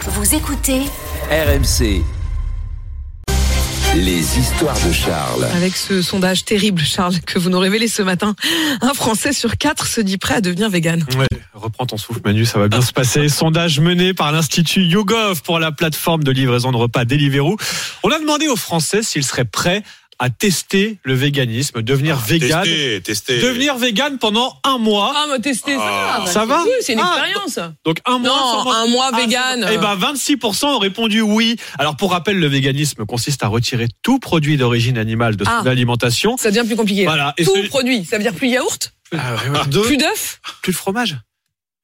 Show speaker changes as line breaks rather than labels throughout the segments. Vous écoutez
RMC. Les histoires de Charles.
Avec ce sondage terrible, Charles, que vous nous révélez ce matin, un Français sur quatre se dit prêt à devenir vegan.
Ouais, reprends ton souffle Manu, ça va bien se passer. Sondage mené par l'Institut YouGov pour la plateforme de livraison de repas Deliveroo. On a demandé aux Français s'ils seraient prêts à tester le véganisme, devenir vegan,
Ah, Tester, tester.
devenir vegan pendant un mois.
Ah, mais tester ça
Ça va
Oui, c'est une
Ah,
expérience
Donc un mois.
Non,
sans man-
un mois
Ah,
vegan.
Eh ben 26% ont répondu oui. Alors pour rappel, le véganisme consiste à retirer tout produit d'origine animale de son
Ah.
alimentation.
Ça devient plus compliqué.
Voilà. Et Euh.
Tout
ce-
produit, ça veut dire plus yaourt,
de-
plus d'œufs
plus de fromage.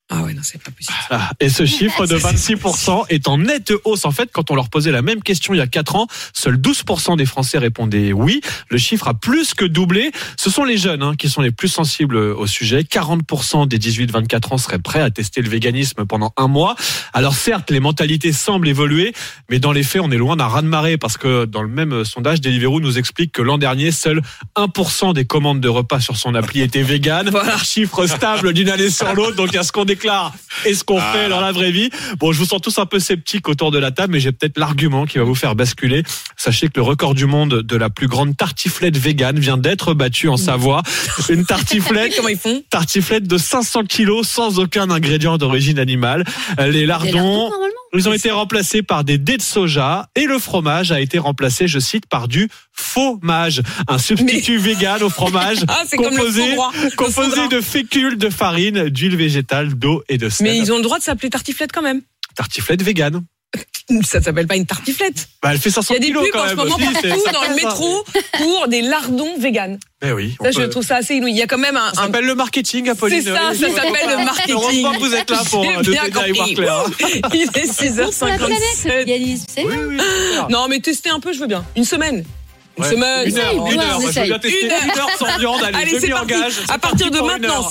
Ah ouais, non, c'est pas possible.
Ah, et ce chiffre de 26% est en nette hausse. En fait, quand on leur posait la même question il y a 4 ans, seuls 12% des Français répondaient oui. Le chiffre a plus que doublé. Ce sont les jeunes hein, qui sont les plus sensibles au sujet. 40% des 18-24 ans seraient prêts à tester le véganisme pendant un mois. Alors certes, les mentalités semblent évoluer, mais dans les faits, on est loin d'un raz-de-marée parce que dans le même euh, sondage, Deliveroo nous explique que l'an dernier, seuls 1% des commandes de repas sur son appli étaient véganes.
Voilà.
Chiffre stable d'une année sur l'autre. Donc, il y a ce qu'on déclare et ce qu'on fait dans la vraie vie. Bon, je vous sens tous un peu sceptiques autour de la table, mais j'ai peut-être l'argument qui va vous faire basculer. Sachez que le record du monde de la plus grande tartiflette végane vient d'être battu en Savoie. Une
Vous savez
tartiflette
comment ils font
tartiflette de 500 kilos sans aucun ingrédient d'origine animale. Euh, Les lardons, ils ont été remplacés par des dés de soja et le fromage a été remplacé, je cite, par du fromage, un substitut vegan au fromage
Ah, c'est comme le faux
composé,
droit. le faux droit.
composé de fécule, de farine, d'huile végétale, d'eau et de sel.
Mais ils ont le droit de s'appeler tartiflette quand même.
Tartiflette vegan.
Ça s'appelle pas une tartiflette.
Bah, elle fait
Il
500
y a des
kilos
pubs
quand
en ce
même.
moment
Si, c'est-
partout
ça
dans le
fait ça.
métro pour des lardons vegan.
Ben oui. on
Ça, je
peut-
trouve ça assez inouï. Il y a quand même un.
Ça
un-
s'appelle le marketing, Apolline.
C'est ça, ça s'appelle le marketing.
Heureusement que vous êtes là pour
J'ai
euh, nous
bien
aider à y voir
compris.
clair.
Il est
Pour la planète, le
6h57.
véganisme, c'est
Oui,
bien.
oui, c'est clair.
Non, mais testez un peu, je veux bien. Une semaine. Une
Ouais.
semaine.
Une heure,
Ouais,
une
ouais,
heure.
on
Moi, je veux
essaye.
bien tester
Une heure.
une heure sans viande. Allez,
Allez,
je
c'est
m'y
parti.
engage. C'est
À partir
parti
de
pour une
maintenant,
heure.